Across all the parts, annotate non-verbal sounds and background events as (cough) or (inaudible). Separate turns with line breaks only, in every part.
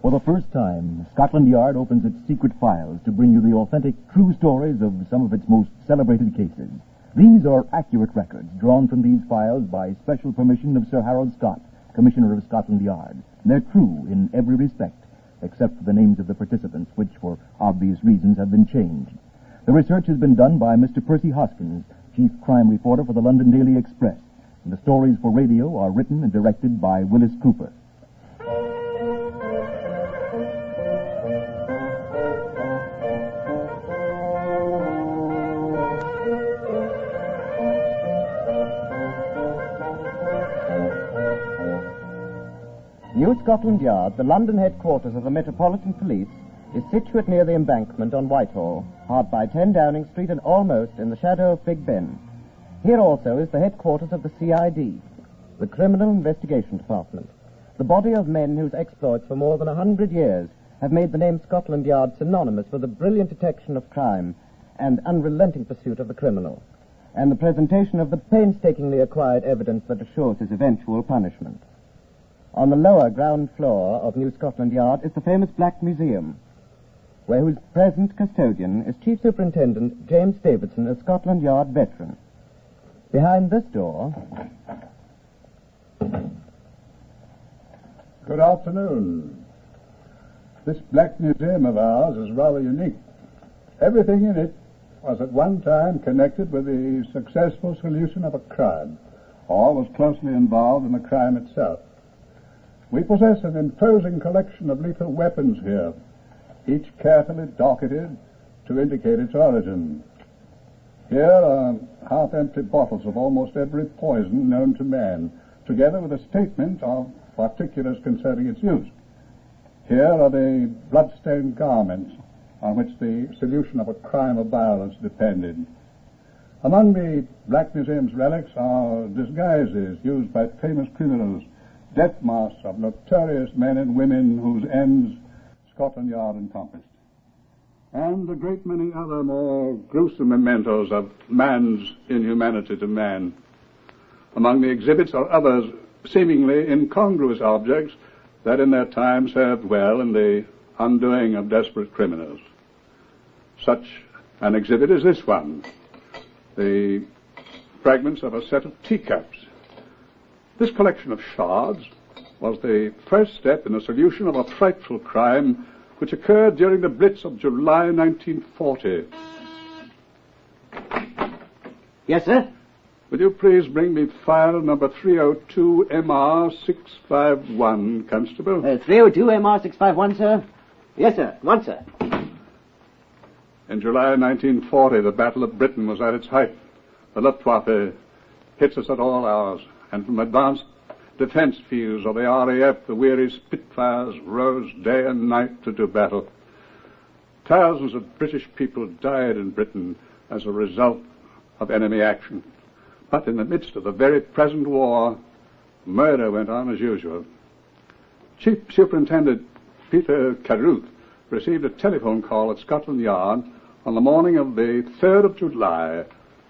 For the first time, Scotland Yard opens its secret files to bring you the authentic, true stories of some of its most celebrated cases. These are accurate records drawn from these files by special permission of Sir Harold Scott, Commissioner of Scotland Yard. They're true in every respect, except for the names of the participants, which, for obvious reasons, have been changed. The research has been done by Mr. Percy Hoskins, Chief Crime Reporter for the London Daily Express, and the stories for radio are written and directed by Willis Cooper.
New Scotland Yard, the London headquarters of the Metropolitan Police, is situate near the embankment on Whitehall, hard by 10 Downing Street and almost in the shadow of Big Ben. Here also is the headquarters of the CID, the Criminal Investigation Department. The body of men whose exploits for more than a hundred years have made the name Scotland Yard synonymous with the brilliant detection of crime and unrelenting pursuit of the criminal, and the presentation of the painstakingly acquired evidence that assures his eventual punishment. On the lower ground floor of New Scotland Yard is the famous Black Museum, where whose present custodian is Chief Superintendent James Davidson, a Scotland Yard veteran. Behind this door,
Good afternoon. This Black Museum of ours is rather unique. Everything in it was at one time connected with the successful solution of a crime, or was closely involved in the crime itself. We possess an imposing collection of lethal weapons here, each carefully docketed to indicate its origin. Here are half empty bottles of almost every poison known to man, together with a statement of particulars concerning its use. Here are the blood-stained garments on which the solution of a crime of violence depended. Among the Black Museum's relics are disguises used by famous criminals, death masks of notorious men and women whose ends Scotland Yard encompassed, and a great many other more gruesome mementos of man's inhumanity to man. Among the exhibits are others seemingly incongruous objects that in their time served well in the undoing of desperate criminals. Such an exhibit is this one, the fragments of a set of teacups. This collection of shards was the first step in the solution of a frightful crime which occurred during the Blitz of July 1940.
Yes, sir.
Will you please bring me file number 302 MR 651, Constable?
Uh, 302 MR 651, sir. Yes, sir. One, sir.
In July 1940, the Battle of Britain was at its height. The Luftwaffe hits us at all hours, and from advanced defense fields of the RAF, the weary Spitfires rose day and night to do battle. Thousands of British people died in Britain as a result of enemy action. But in the midst of the very present war, murder went on as usual. Chief Superintendent Peter Caruth received a telephone call at Scotland Yard on the morning of the 3rd of July,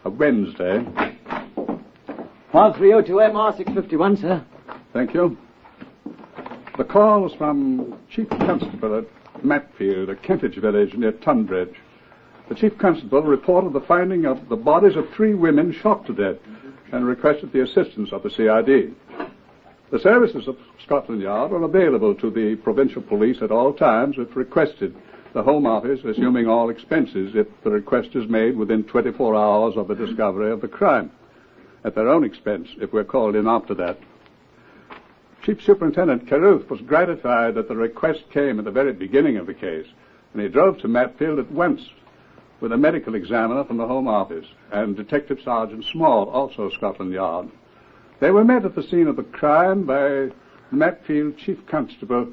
a Wednesday.
File 302 MR 651, sir.
Thank you. The call was from Chief Constable at Matfield, a Kentish village near Tunbridge. The Chief Constable reported the finding of the bodies of three women shot to death and requested the assistance of the CID. The services of Scotland Yard are available to the provincial police at all times if requested. The Home Office assuming all expenses if the request is made within 24 hours of the discovery of the crime, at their own expense if we're called in after that. Chief Superintendent Caruth was gratified that the request came at the very beginning of the case, and he drove to Matfield at once with a medical examiner from the Home Office and Detective Sergeant Small, also Scotland Yard. They were met at the scene of the crime by Matfield Chief Constable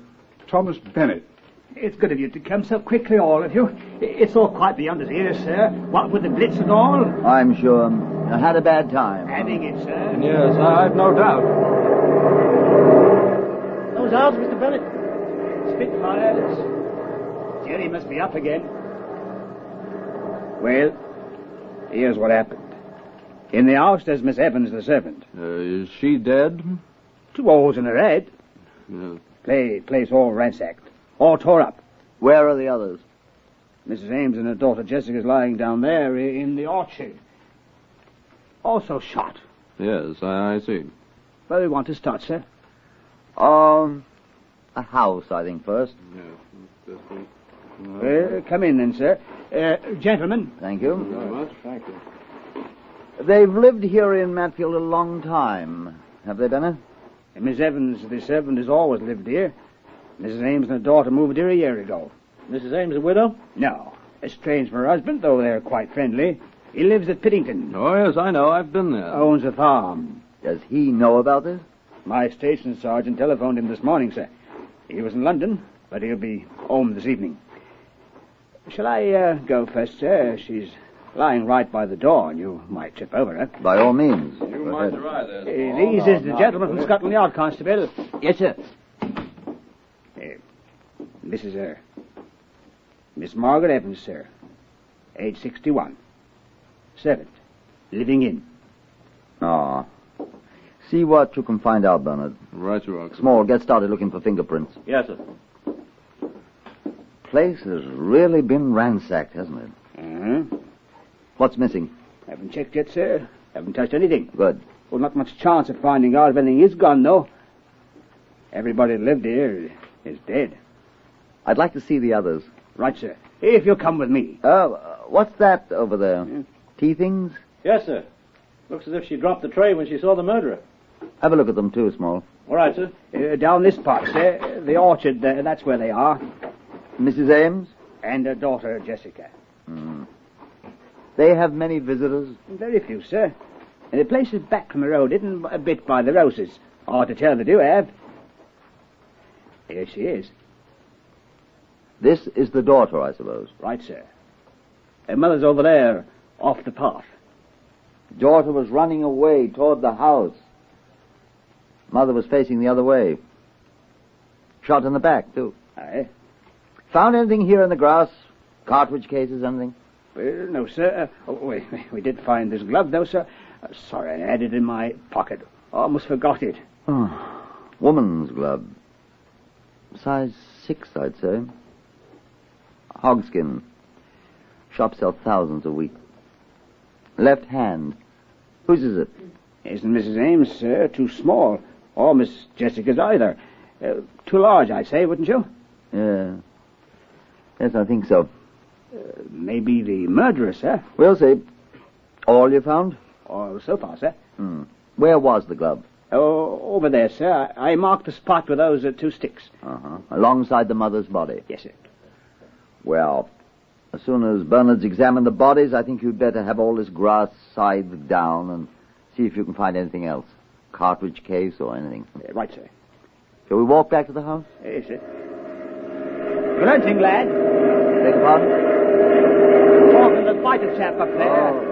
Thomas Bennett.
It's good of you to come so quickly, all of you. I- It's all quite beyond us here, sir. What with the blitz and all?
I'm sure I had a bad time.
Having it, sir.
Yes, I've no doubt.
Those ours, Mr. Bennett. Spitfires. Jerry must be up again.
Well, here's what happened. In the house, there's Miss Evans, the servant.
Uh, is she dead?
Two holes in her head.
Uh,
Play, place all ransacked.
All tore up.
Where are the others?
Mrs. Ames and her daughter Jessica's lying down there i- in the orchard. Also shot.
Yes, I, I see.
Where do you want to start, sir?
Um, a house, I think, first.
Uh, come in then, sir. Uh, gentlemen.
Thank you.
much. Thank you.
They've lived here in Matfield a long time. Have they, Benner?
Uh, Miss Evans, the servant, has always lived here. Mrs. Ames and her daughter moved here a year ago.
Mrs. Ames, a widow?
No. It's strange for her husband, though they're quite friendly. He lives at Pittington.
Oh, yes, I know. I've been there.
Owns a farm.
Does he know about this?
My station sergeant telephoned him this morning, sir. He was in London, but he'll be home this evening. Shall I uh, go first, sir? She's lying right by the door, and you might trip over her.
By all means.
You
Go
mind
ahead.
her eye there.
Uh, these is the gentleman from Scotland Yard, Constable. Uh,
Yes, sir.
This is her. uh, Miss Margaret Evans, sir. Age 61. Servant. Living in.
Ah. See what you can find out, Bernard.
Right you are.
Small, get started looking for fingerprints.
Yes, sir.
Place has really been ransacked, hasn't it?
Uh-huh.
What's missing?
Haven't checked yet, sir. Haven't touched anything.
Good.
Well, not much chance of finding out if anything is gone, though. Everybody that lived here is dead.
I'd like to see the others.
Right, sir. If you'll come with me.
Oh, uh, what's that over there? Tea things?
Yes, sir. Looks as if she dropped the tray when she saw the murderer.
Have a look at them too, Small.
All right, sir.
Uh, down this part, sir. The orchard, there, that's where they are.
Mrs. Ames,
And her daughter, Jessica.
they have many visitors.
Very few, sir. And the place is back from the road, hidden a bit by the roses. Hard to tell they do have. Here she is.
This is the daughter, I suppose.
Right, sir. Her mother's over there, off the path.
Daughter was running away toward the house. Mother was facing the other way. Shot in the back, too.
Aye.
Found anything here in the grass? Cartridge cases, anything?
Uh, no, sir. Uh, oh, we, we did find this glove, though, sir. Uh, sorry, I had it in my pocket. Almost forgot it.
Oh, woman's glove. Size six, I'd say. Hogskin. Shop sell thousands a week. Left hand. Whose is it?
Isn't Mrs. Ames, sir, too small? Or Miss Jessica's either. Uh, too large, I'd say, wouldn't you?
Yeah. Yes, I think so.
Uh, Maybe the murderer, sir.
We'll see. All you found?
Or so far, sir.
Hmm. Where was the glove?
Oh, over there, sir. I, I marked the spot with those uh, two sticks.
Uh-huh. Alongside the mother's body.
Yes, sir.
Well, as soon as Bernard's examined the bodies, I think you'd better have all this grass scythed down and see if you can find anything else. Cartridge case or anything.
Uh, right, sir.
Shall we walk back to the house?
Yes, sir. Good hunting, lad.
Beg your pardon?
Talking to the fighter chap up there.
Oh,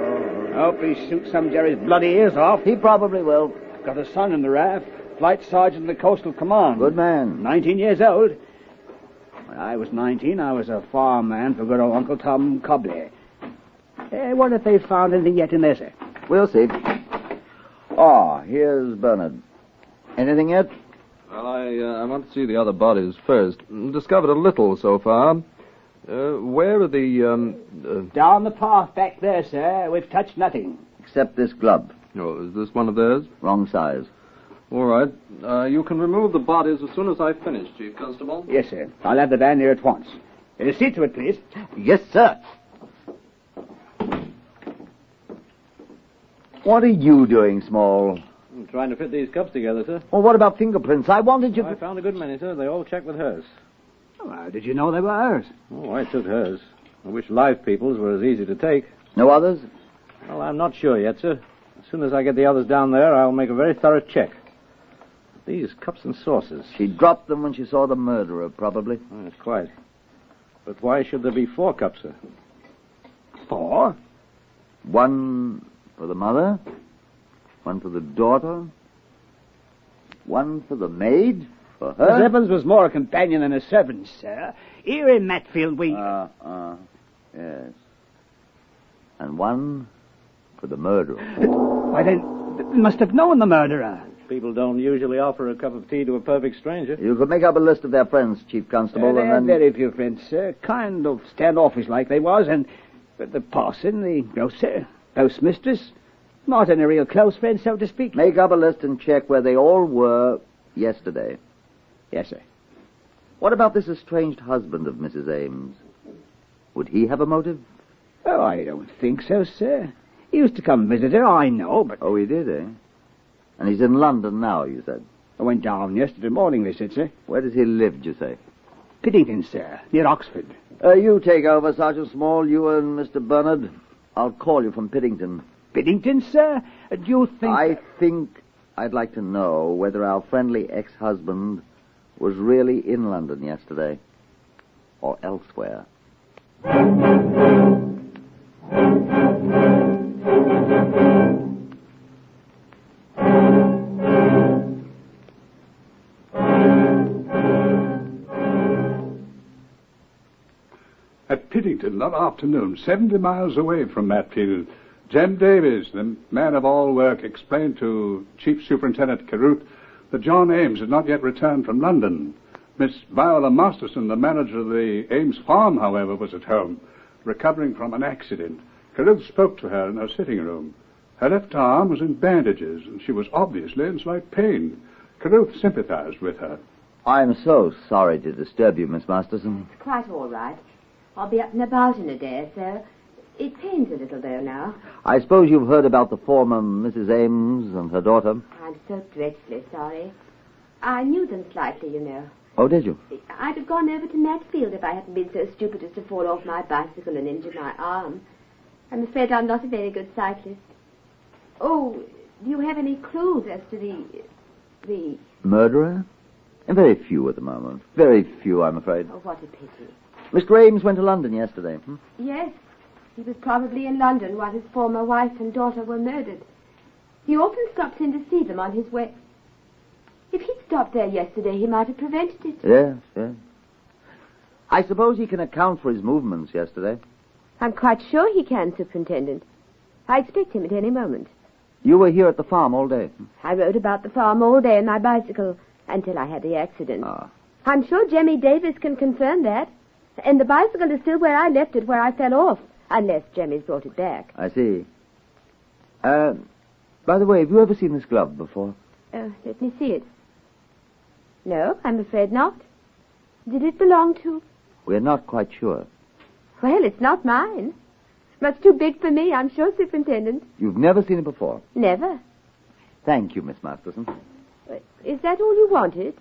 Hope he shoots some Jerry's bloody ears off.
oh. He probably will.
Got a son in the raft, flight sergeant of the coastal command.
Good man.
19 years old. When I was 19, I was a farm man for good old Uncle Tom Cobley. Eh, what if they found anything yet in there, sir?
We'll see. Ah, here's Bernard. Anything yet?
Well, I, uh, I want to see the other bodies first. Mm, Discovered a little so far. Uh, where are the. Um,
Down the path back there, sir. We've touched nothing.
Except this glove.
uh, oh, is this one of theirs?
Wrong size.
All right. Uh, you can remove the bodies as soon as I finish, Chief Constable.
Yes, sir. I'll have the van here at once. Uh, see to it, please.
Yes, sir. What are you doing, Small?
I'm trying to fit these cups together, sir.
Well, what about fingerprints? I wanted you
I
to.
found a good many, sir. They all check with hers.
Well, did you know they were ours?
Oh, I took hers. I wish live people's were as easy to take.
No others?
Well, I'm not sure yet, sir. As soon as I get the others down there, I'll make a very thorough check. These cups and saucers.
She dropped them when she saw the murderer, probably.
Oh, that's quite. But why should there be four cups, sir?
Four?
One for the mother, one for the daughter, one for the maid, for
Miss
her.
Evans was more a companion than a servant, sir. Here in Matfield, we.
Uh.
Ah, ah, yes. And one for the murderer.
Why, then, they must have known the murderer.
People don't usually offer a cup of tea to a perfect stranger.
You could make up a list of their friends, Chief Constable,
they had
and then.
very few friends, sir. Kind of standoffish like they was, and but the parson, the grocer, postmistress, not any real close friend, so to speak.
Make up a list and check where they all were yesterday.
Yes, sir.
What about this estranged husband of Mrs. Ames? Would he have a motive?
Oh, I don't think so, sir. He used to come visit her, I know, but
Oh, he did, eh? And he's in London now, you said.
I went down yesterday morning, they said, sir.
Where does he live, did you say?
Piddington, sir, near Oxford.
Uh, you take over, Sergeant Small, you and Mr. Bernard. I'll call you from Piddington.
Piddington, sir? Do you think...
I think I'd like to know whether our friendly ex husband was really in London yesterday or elsewhere.
At Pittington that afternoon, 70 miles away from Matfield, Jem Davies, the man of all work, explained to Chief Superintendent Caroot that John Ames had not yet returned from London. Miss Viola Masterson, the manager of the Ames farm, however, was at home, recovering from an accident. Caroot spoke to her in her sitting room. Her left arm was in bandages, and she was obviously in slight pain. Caroot sympathized with her.
I'm so sorry to disturb you, Miss Masterson.
Quite all right. I'll be up and about in a day or so. It pains a little, though, now.
I suppose you've heard about the former Mrs. Ames and her daughter.
I'm so dreadfully sorry. I knew them slightly, you know.
Oh, did you?
I'd have gone over to Matfield if I hadn't been so stupid as to fall off my bicycle and injure my arm. I'm afraid I'm not a very good cyclist. Oh, do you have any clues as to the... the...
Murderer? Very few at the moment. Very few, I'm afraid.
Oh, what a pity.
Mr. Ames went to London yesterday. Hmm?
Yes, he was probably in London while his former wife and daughter were murdered. He often stops in to see them on his way. If he'd stopped there yesterday, he might have prevented it.
Yes, yes. I suppose he can account for his movements yesterday.
I'm quite sure he can, Superintendent. I expect him at any moment.
You were here at the farm all day. hmm?
I rode about the farm all day on my bicycle until I had the accident.
Ah.
I'm sure Jemmy Davis can confirm that. And the bicycle is still where I left it, where I fell off, unless Jemmy's brought it back.
I see. Uh, by the way, have you ever seen this glove before?
Uh, let me see it. No, I'm afraid not. Did it belong to?
We're not quite sure.
Well, it's not mine. Much too big for me, I'm sure, Superintendent.
You've never seen it before.
Never.
Thank you, Miss Masterson.
But Is that all you wanted?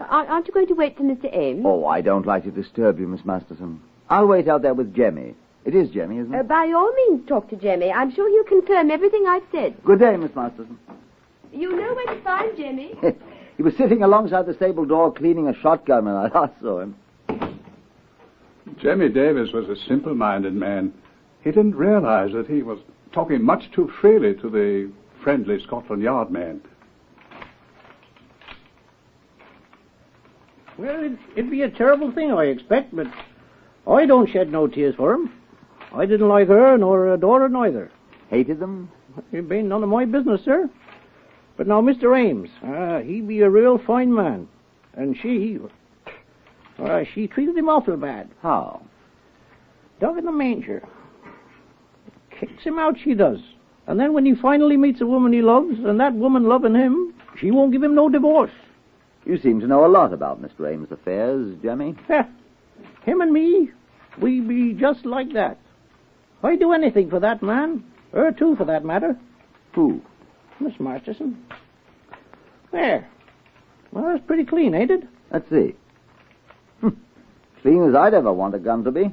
Ar- Aren't you going to wait for Mr. Ames?
Oh, I don't like to disturb you, Miss Masterson. I'll wait out there with Jemmy. It is Jemmy, isn't
Uh,
it?
by all means, talk to Jemmy. I'm sure he'll confirm everything I've said.
Good day, Miss Masterson.
You know where to find Jemmy.
(laughs) he was sitting alongside the stable door cleaning a shotgun when I last saw him.
Jemmy Davis was a simple minded man. He didn't realize that he was talking much too freely to the friendly Scotland Yard man.
Well, it, it'd be a terrible thing, I expect, but I don't shed no tears for him. I didn't like her nor her daughter neither.
Hated them?
It been none of my business, sir. But now, Mr. Ames, ah, he be a real fine man. And she, ah, she treated him awful bad.
How?
Dog in the manger. Kicks him out, she does. And then when he finally meets a woman he loves, and that woman loving him, she won't give him no divorce.
You seem to know a lot about Mr. Ames' affairs, Jemmy.
Heh. Him and me, we be just like that. I do anything for that man. Her too, for that matter.
Who?
Miss Masterson. There. Well, that's pretty clean, ain't it?
Let's see. Hmm. Clean as I'd ever want a gun to be.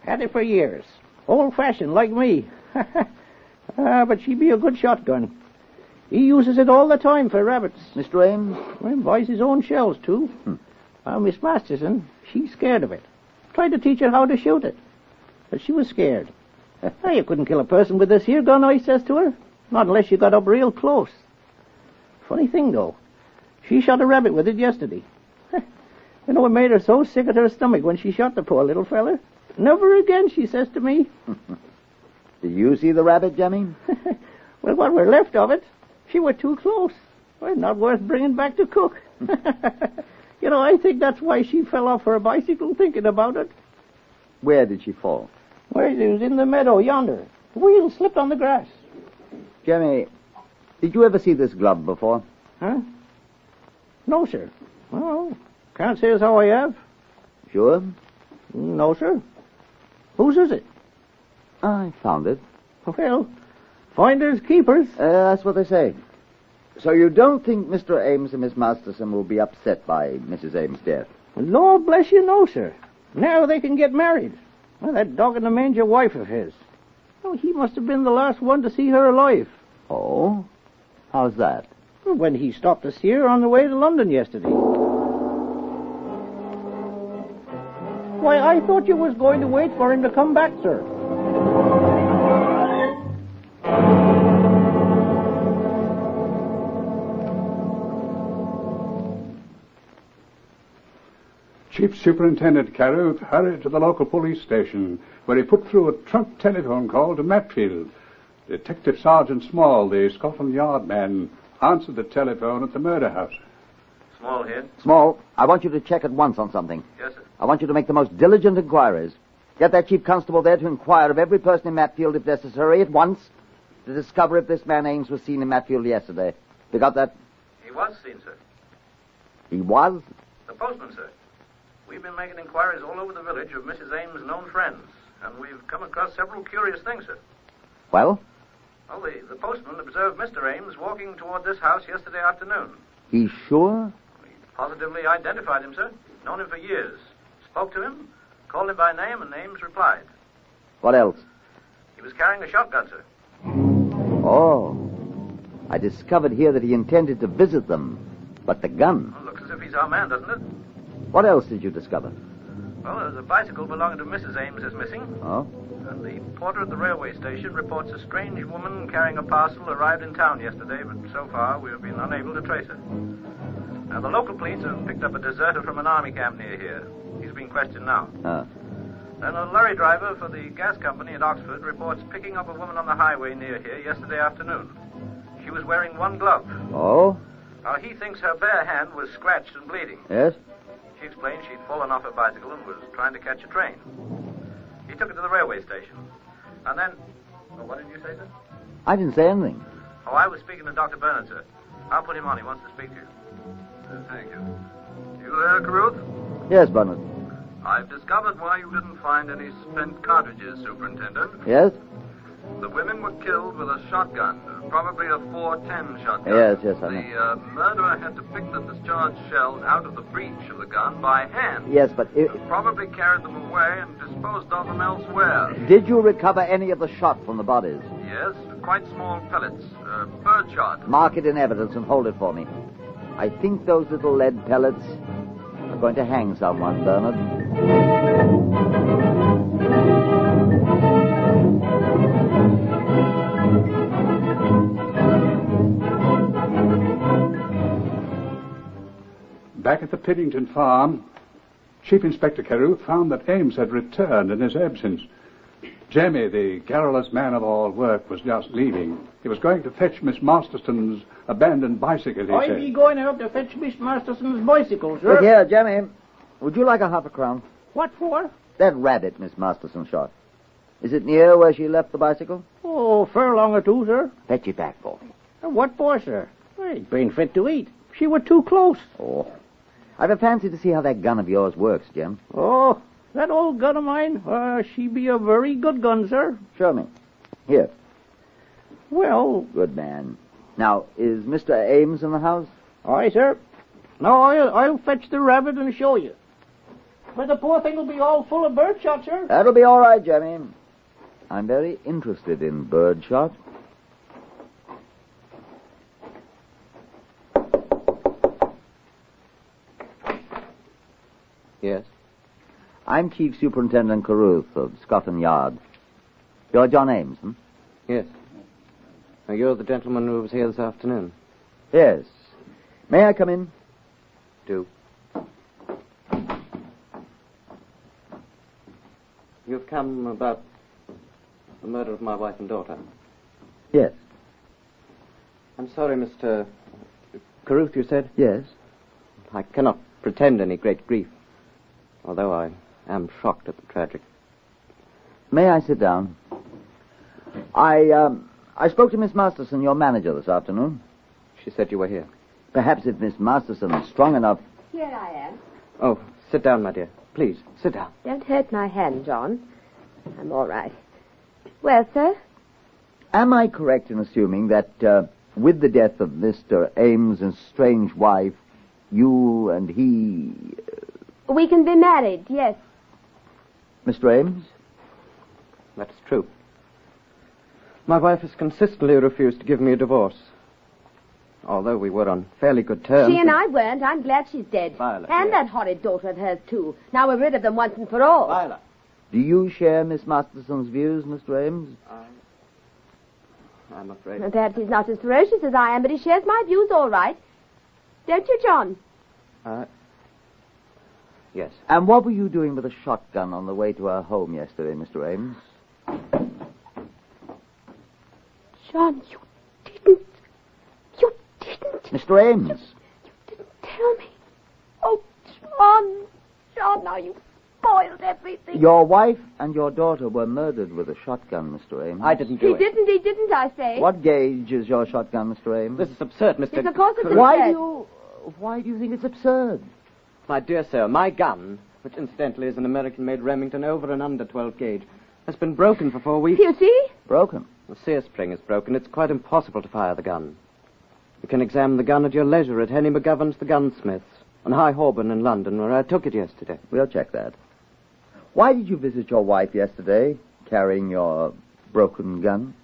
Had it for years. Old fashioned, like me. (laughs) ah, but she be a good shotgun. He uses it all the time for rabbits.
Mr. Ames?
Well, he buys his own shells, too. Now, Miss Masterson, she's scared of it. Tried to teach her how to shoot it. But she was scared. (laughs) Now, you couldn't kill a person with this here gun, I says to her. Not unless you got up real close. Funny thing, though. She shot a rabbit with it yesterday. (laughs) you know, it made her so sick at her stomach when she shot the poor little feller. Never again, she says to me.
Did you see the rabbit, Jemmy?
(laughs) well, what were left of it, She were too close. Well, not worth bringing back to cook. (laughs) you know, I think that's why she fell off her bicycle thinking about it.
Where did she fall?
Well, it was in the meadow yonder. The wheel slipped on the grass.
Jimmy, did you ever see this glove before?
Huh? No, sir. Well, can't say as how I have.
Sure.
No, sir. Whose is it?
I found it.
Well, finders keepers.
Uh, that's what they say. So you don't think Mr. Ames and Miss Masterson will be upset by Mrs. Ames' death?
Lord bless you, no, sir. Now they can get married. Well, that dog in the manger wife of his. Oh, he must have been the last one to see her alive.
Oh? How's that?
When he stopped to see her on the way to London yesterday. Why, I thought you was going to wait for him to come back, sir.
Chief Superintendent Carew hurried to the local police station, where he put through a trunk telephone call to Matfield. Detective Sergeant Small, the Scotland Yard man, answered the telephone at the murder house.
Small here.
Small, I want you to check at once on something.
Yes, sir.
I want you to make the most diligent inquiries. Get that chief constable there to inquire of every person in Matfield if necessary at once to discover if this man Ames was seen in Matfield yesterday. You got that?
He was seen, sir.
He was?
The postman, sir. We've been making inquiries all over the village of Mrs. Ames' known friends, and we've come across several curious things, sir.
Well,
Well, the, the postman observed Mr. Ames walking toward this house yesterday afternoon.
he's sure?
We positively identified him, sir. Known him for years. Spoke to him, called him by name, and Ames replied.
What else?
He was carrying a shotgun, sir.
Oh. I discovered here that he intended to visit them, but the gun.
Well, looks as if he's our man, doesn't it?
What else did you discover?
Well, there's a bicycle belonging to Mrs. Ames is missing,
Oh?
and the porter at the railway station reports a strange woman carrying a parcel arrived in town yesterday, but so far we've been unable to trace her. Now, the local police have picked up a deserter from an army camp near here. He's being questioned now.
Uh,
Then a lorry driver for the gas company at Oxford reports picking up a woman on the highway near here yesterday afternoon. She was wearing one glove.
oh?
Now, he thinks her bare hand was scratched and bleeding.
Yes?
She explained she'd fallen off her bicycle and was trying to catch a train. He took her to the railway station. And then. Oh, what did you say, sir?
I didn't say anything.
Oh, I was speaking to Dr. Bernard, sir. I'll put him on. He wants to speak to you. Uh, thank you. You there, Caruth?
Yes, Bernard.
I've discovered why you didn't find any spent cartridges, Superintendent.
Yes?
The women were killed with a shotgun, probably a 410 shotgun.
Yes, yes, I know.
The uh, murderer had to pick the discharged shell out of the breech of the gun by hand.
Yes, but i
Probably carried them away and disposed of them elsewhere.
did you recover any of the shot from the bodies?
Yes, quite small pellets, uh, bird shot.
Mark it in evidence and hold it for me. I think those little lead pellets are going to hang someone, Bernard.
Back at the Piddington farm, Chief Inspector Carew found that Ames had returned in his absence. Jemmy, the garrulous man of all work, was just leaving. He was going to fetch Miss Masterson's abandoned bicycle, he
I
said.
be going out to fetch Miss Masterson's bicycle, sir.
Look here, Jemmy. Would you like a half a crown?
What for?
That rabbit Miss Masterson shot. Is it near where she left the bicycle?
Oh, furlong or two, sir.
Fetch it back for me.
And What for, sir? Well, it been fit to eat. She were too close.
Oh. I've a fancy to see how that gun of yours works, Jim.
Oh, that old gun of mine, uh, she be a very good gun, sir.
Show me. Here.
Well,
Good man. Now, is Mr. Ames in the house?
aye, sir. Now I'll, I'll fetch the rabbit and show you. But the poor thing will be all full of birdshot, sir.
That'll be all right, Jemmy. I'm very interested in birdshot. Yes. I'm Chief Superintendent Caruth of Scotland Yard. You're John Ames, hmm?
Yes. Now, you're the gentleman who was here this afternoon.
Yes. May I come in?
Do. You've come about the murder of my wife and daughter.
Yes.
I'm
I'm sorry, Mr. Caruth, you said?
Yes.
I cannot pretend any great grief, although I am shocked at the tragic.
May I sit down? I, um, I spoke to Miss Masterson, your manager, this afternoon.
She said you were here.
Perhaps if Miss Masterson is strong enough.
Here I am.
Oh, sit down, my dear. Please, sit down.
Don't hurt my hand, John. I'm all right. Well, sir?
Am I correct in assuming that uh, with the death of Mr. Ames and strange wife, you and he.
We can be married, yes.
Mr. Ames?
That's true. My wife has consistently refused to give me a divorce. Although we were on fairly good terms.
she and I weren't. I'm glad she's dead.
Violet,
and
yes.
that horrid daughter of hers, too. Now we're rid of them once and for all.
Violet.
Do you share Miss Masterson's views, Mr. Ames?
I'm afraid.
Perhaps he's not as ferocious as I am, but he shares my views all right. Don't you, John?
Uh, yes.
And what were you doing with a shotgun on the way to her home yesterday, Mr. Ames?
John, you
Mr. Ames!
tell me. Oh, John, John, now you've spoiled everything.
Your wife and your daughter were murdered with a shotgun, Mr. Ames. I didn't
he didn't, he didn't, I say.
What gauge is your shotgun, Mr. Ames? This
is absurd, Mr.
Yes, of course it's
Why
absurd.
do you, why do you think it's absurd? My dear sir, my gun, which incidentally is an American-made Remington over and under 12 gauge, has been broken for four weeks.
You see?
Broken?
The sear spring is broken. It's quite impossible to fire the gun. You can examine the gun at your leisure at Henry McGovern's the gunsmith's on High Holborn in London, where I took it yesterday.
We'll check that. Why did you visit your wife yesterday, carrying your broken gun?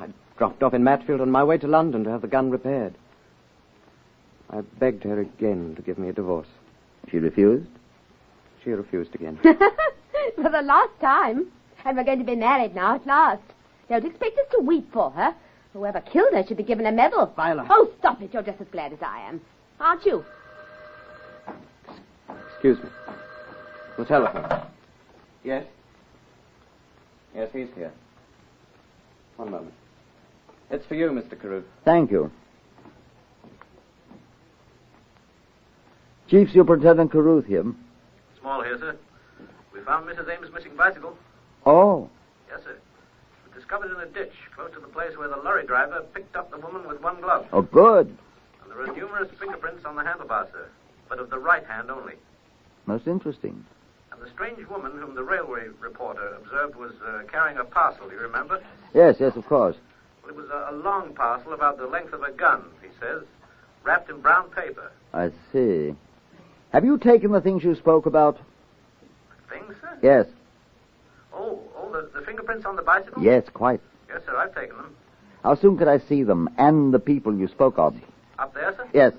I dropped off in Matfield on my way to London to have the gun repaired. I begged her again to give me a divorce.
She refused?
She refused again.
(laughs) For the last time. And we're going to be married now at last. Don't expect us to weep for her. Whoever killed her should be given a medal. Violet. Oh, stop it. You're just as glad as I am. Aren't you?
Excuse me. The telephone. Yes? Yes, he's here. One moment. It's for you, Mr. Carew.
Thank you. Chief Superintendent Caruth here.
Small here, sir. We found Mrs. Ames' missing bicycle.
Oh,
Yes, sir. It was discovered in a ditch close to the place where the lorry driver picked up the woman with one glove.
oh, good.
And there are numerous fingerprints on the handlebar, sir, but of the right hand only.
Most interesting.
And the strange woman whom the railway reporter observed was uh, carrying a parcel, you remember?
Yes, yes, of course.
Well, it was a, a long parcel about the length of a gun, he says, wrapped in brown paper.
I see. Have you taken the things you spoke about?
Things, sir?
Yes,
Oh, oh, the, the fingerprints on the bicycle?
yes, quite.
Yes, sir, I've taken them.
How soon could I see them and the people you spoke of?
Up there, sir?
Yes,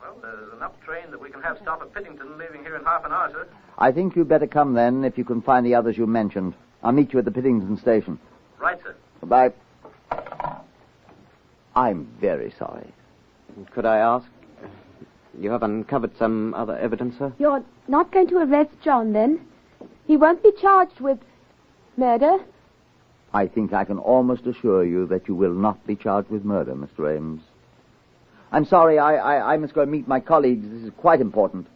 Well, there's an up train that we can have stop at Pittington, leaving here in half an hour, sir.
I think you'd better come then if you can find the others you mentioned. I'll meet you at the Pittington station.
Right, sir.
Goodbye. I'm very sorry.
Could I ask? You have uncovered some other evidence, sir?
You're not going to arrest John, then? He won't be charged with murder.
I think I can almost assure you that you will not be charged with murder, Mr. Ames. I'm sorry, I, I, I must go and meet my colleagues. This is quite important.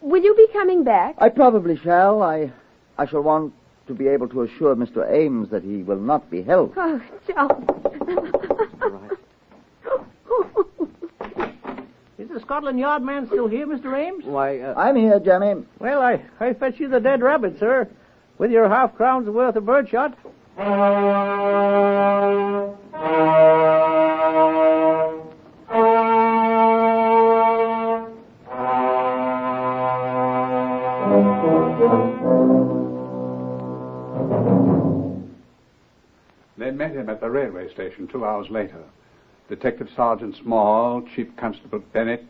Will you be coming back?
I probably shall. I, I shall want to be able to assure Mr. Ames that he will not be held.
Oh, John.
Is the Scotland Yard man still here, Mr. Ames?
Why, uh...
I'm here, Johnny.
Well, I, I fetch you the dead rabbit, sir, with your half crown's worth of birdshot.
They met him at the railway station two hours later. Detective Sergeant Small, Chief Constable Bennett,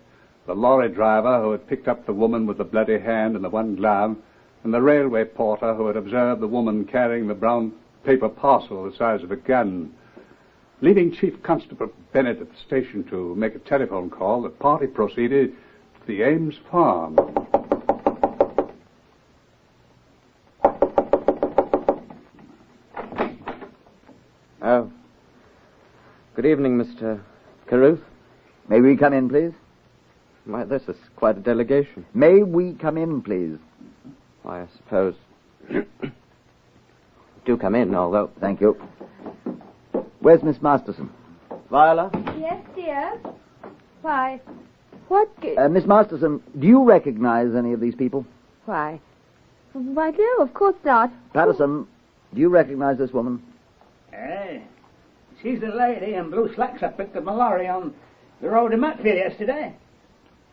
the lorry driver who had picked up the woman with the bloody hand and the one glove, and the railway porter who had observed the woman carrying the brown paper parcel the size of a gun. Leaving Chief Constable Bennett at the station to make a telephone call, the party proceeded to the Ames farm.
Oh. Good evening, Mr. Caruth?
May we come in, please?
My, this is quite a delegation.
May we come in, please?
I suppose. (clears throat) Do come in, although.
Thank you. Where's Miss Masterson?
Viola?
Yes, dear. Why? What? G-
Uh, Miss Masterson, do you recognize any of these people?
Why? Why no? Of course not.
Patterson, do you recognize this woman?
Hey, Eh, she's the lady in blue slacks I picked up my lorry on the road to Matfield yesterday.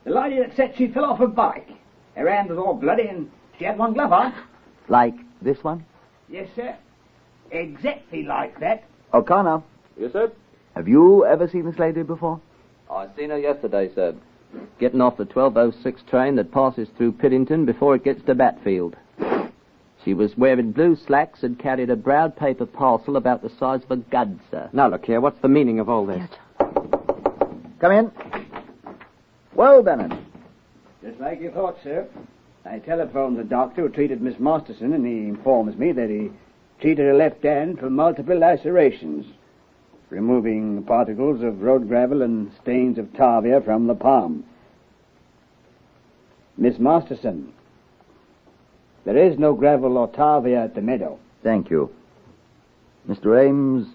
The lady that said she fell off her bike. Her hand was all bloody and she had one glove on.
Like this one?
Yes, sir. Exactly like that.
O'Connor,
Yes, sir?
have you ever seen this lady before?
I seen her yesterday, sir. Getting off the 1206 train that passes through Piddington before it gets to Batfield. She was wearing blue slacks and carried a brown paper parcel about the size of a gun, sir. Now, look here, what's the meaning of all this?
Come in. Well, Bennett.
Just like you thought, sir. I telephoned the doctor who treated Miss Masterson, and he informs me that he treated her left hand for multiple lacerations, removing particles of road gravel and stains of tarvia from the palm. Miss Masterson, there is no gravel or tarvia at the meadow.
Thank you. Mr. Ames,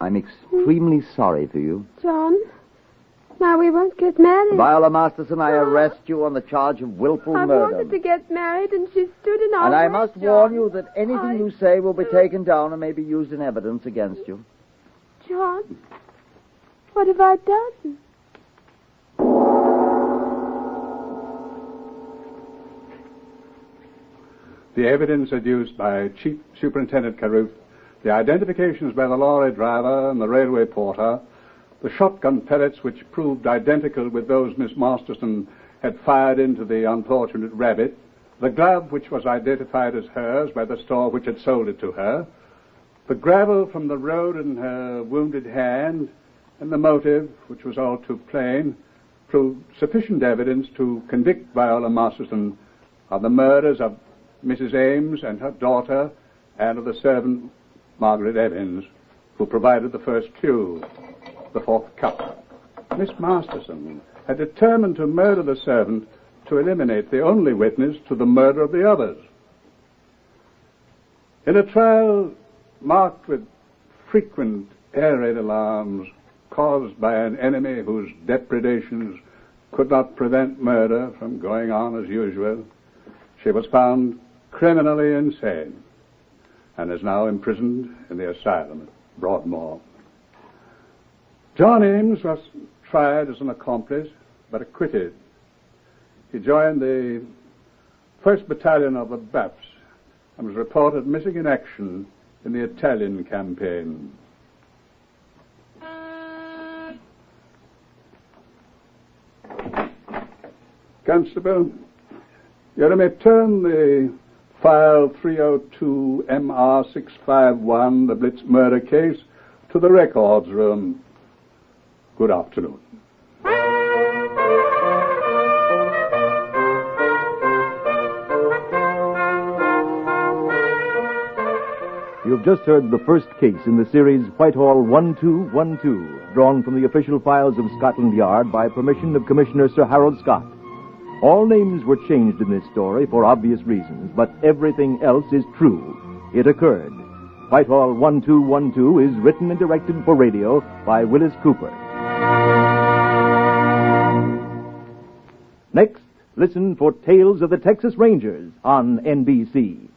I'm extremely sorry for you.
John, now we won't get married.
Viola Masterson, I arrest you on the charge of willful
I
murder.
wanted to get married, and she stood in our
and I
way,
must
John.
warn you that anything
I-
you say will be taken down and may be used in evidence against you.
John, what have I done?
The evidence adduced by Chief Superintendent Caruth, the identifications by the lorry driver and the railway porter, the shotgun pellets which proved identical with those Miss Masterson had fired into the unfortunate rabbit, the glove which was identified as hers by the store which had sold it to her, the gravel from the road in her wounded hand, and the motive, which was all too plain, proved sufficient evidence to convict Viola Masterson of the murders of Mrs. Ames and her daughter, and of the servant, Margaret Evans, who provided the first cue, the fourth cup. Miss Masterson had determined to murder the servant to eliminate the only witness to the murder of the others. In a trial marked with frequent air raid alarms caused by an enemy whose depredations could not prevent murder from going on as usual, she was found criminally insane and is now imprisoned in the asylum at Broadmoor. John Eames was tried as an accomplice but acquitted. He joined the 1st Battalion of the BAPS and was reported missing in action in the Italian campaign. Constable, you may turn the file 302 MR651, the Blitz murder case, to the records room. Good afternoon.
You've just heard the first case in the series Whitehall 1212, drawn from the official files of Scotland Yard by permission of Commissioner Sir Harold Scott. All names were changed in this story for obvious reasons, but everything else is true. It occurred. Whitehall 1212 is written and directed for radio by Willis Cooper. Next, listen for Tales of the Texas Rangers on NBC.